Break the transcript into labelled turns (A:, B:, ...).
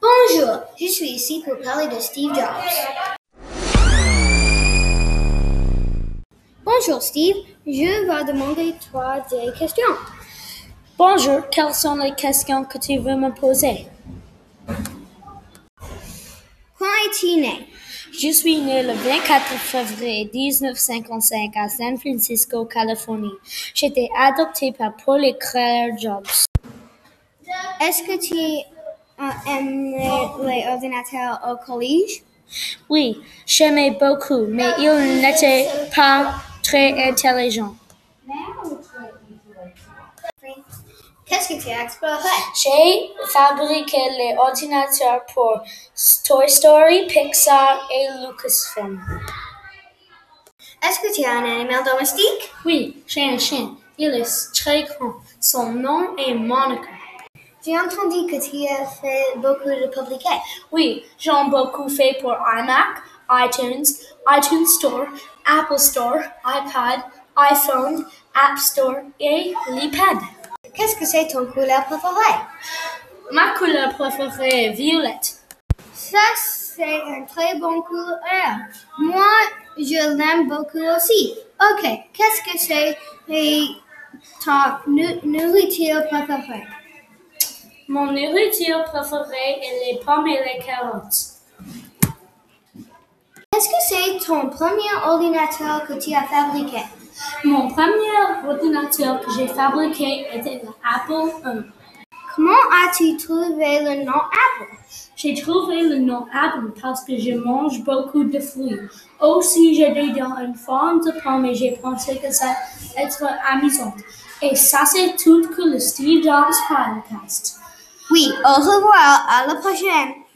A: Bonjour, je suis ici pour parler de Steve Jobs. Bonjour Steve, je vais demander toi des questions.
B: Bonjour, quelles sont les questions que tu veux me poser?
A: Quand es-tu né?
B: Je suis né le 24 février 1955 à San Francisco, Californie. J'étais adopté par Paul et Claire Jobs.
A: Est-ce que tu euh, aimes les, les ordinateurs au collège?
B: Oui, j'aimais beaucoup, mais il n'était pas très intelligent.
A: Qu'est-ce que tu as exploré?
B: J'ai fabriqué les ordinateurs pour Toy Story, Pixar et Lucasfilm.
A: Est-ce que tu as un animal domestique?
B: Oui, j'ai un chien. Il est très grand. Son nom est Monica.
A: J'ai entendu que tu as fait beaucoup de publications.
B: Oui, j'en beaucoup fait pour iMac, iTunes, iTunes Store, Apple Store, iPad, iPhone, App Store et l'iPad.
A: Qu'est-ce que c'est ton couleur préférée?
B: Ma couleur préférée est violette.
A: Ça, c'est un très bon couleur. Moi, je l'aime beaucoup aussi. Ok, qu'est-ce que c'est ta nu- nourriture préférée?
B: Mon nourriture préférée est les pommes et les carottes.
A: Qu'est-ce que c'est ton premier ordinateur que tu as fabriqué?
B: Mon premier ordinateur que j'ai fabriqué était l'Apple I.
A: Comment as-tu trouvé le nom Apple?
B: J'ai trouvé le nom Apple parce que je mange beaucoup de fruits. Aussi, j'étais dans une forme de pomme et j'ai pensé que ça être amusant. Et ça, c'est tout que le Steve Jobs podcast.
A: Oui, au revoir, à la prochaine.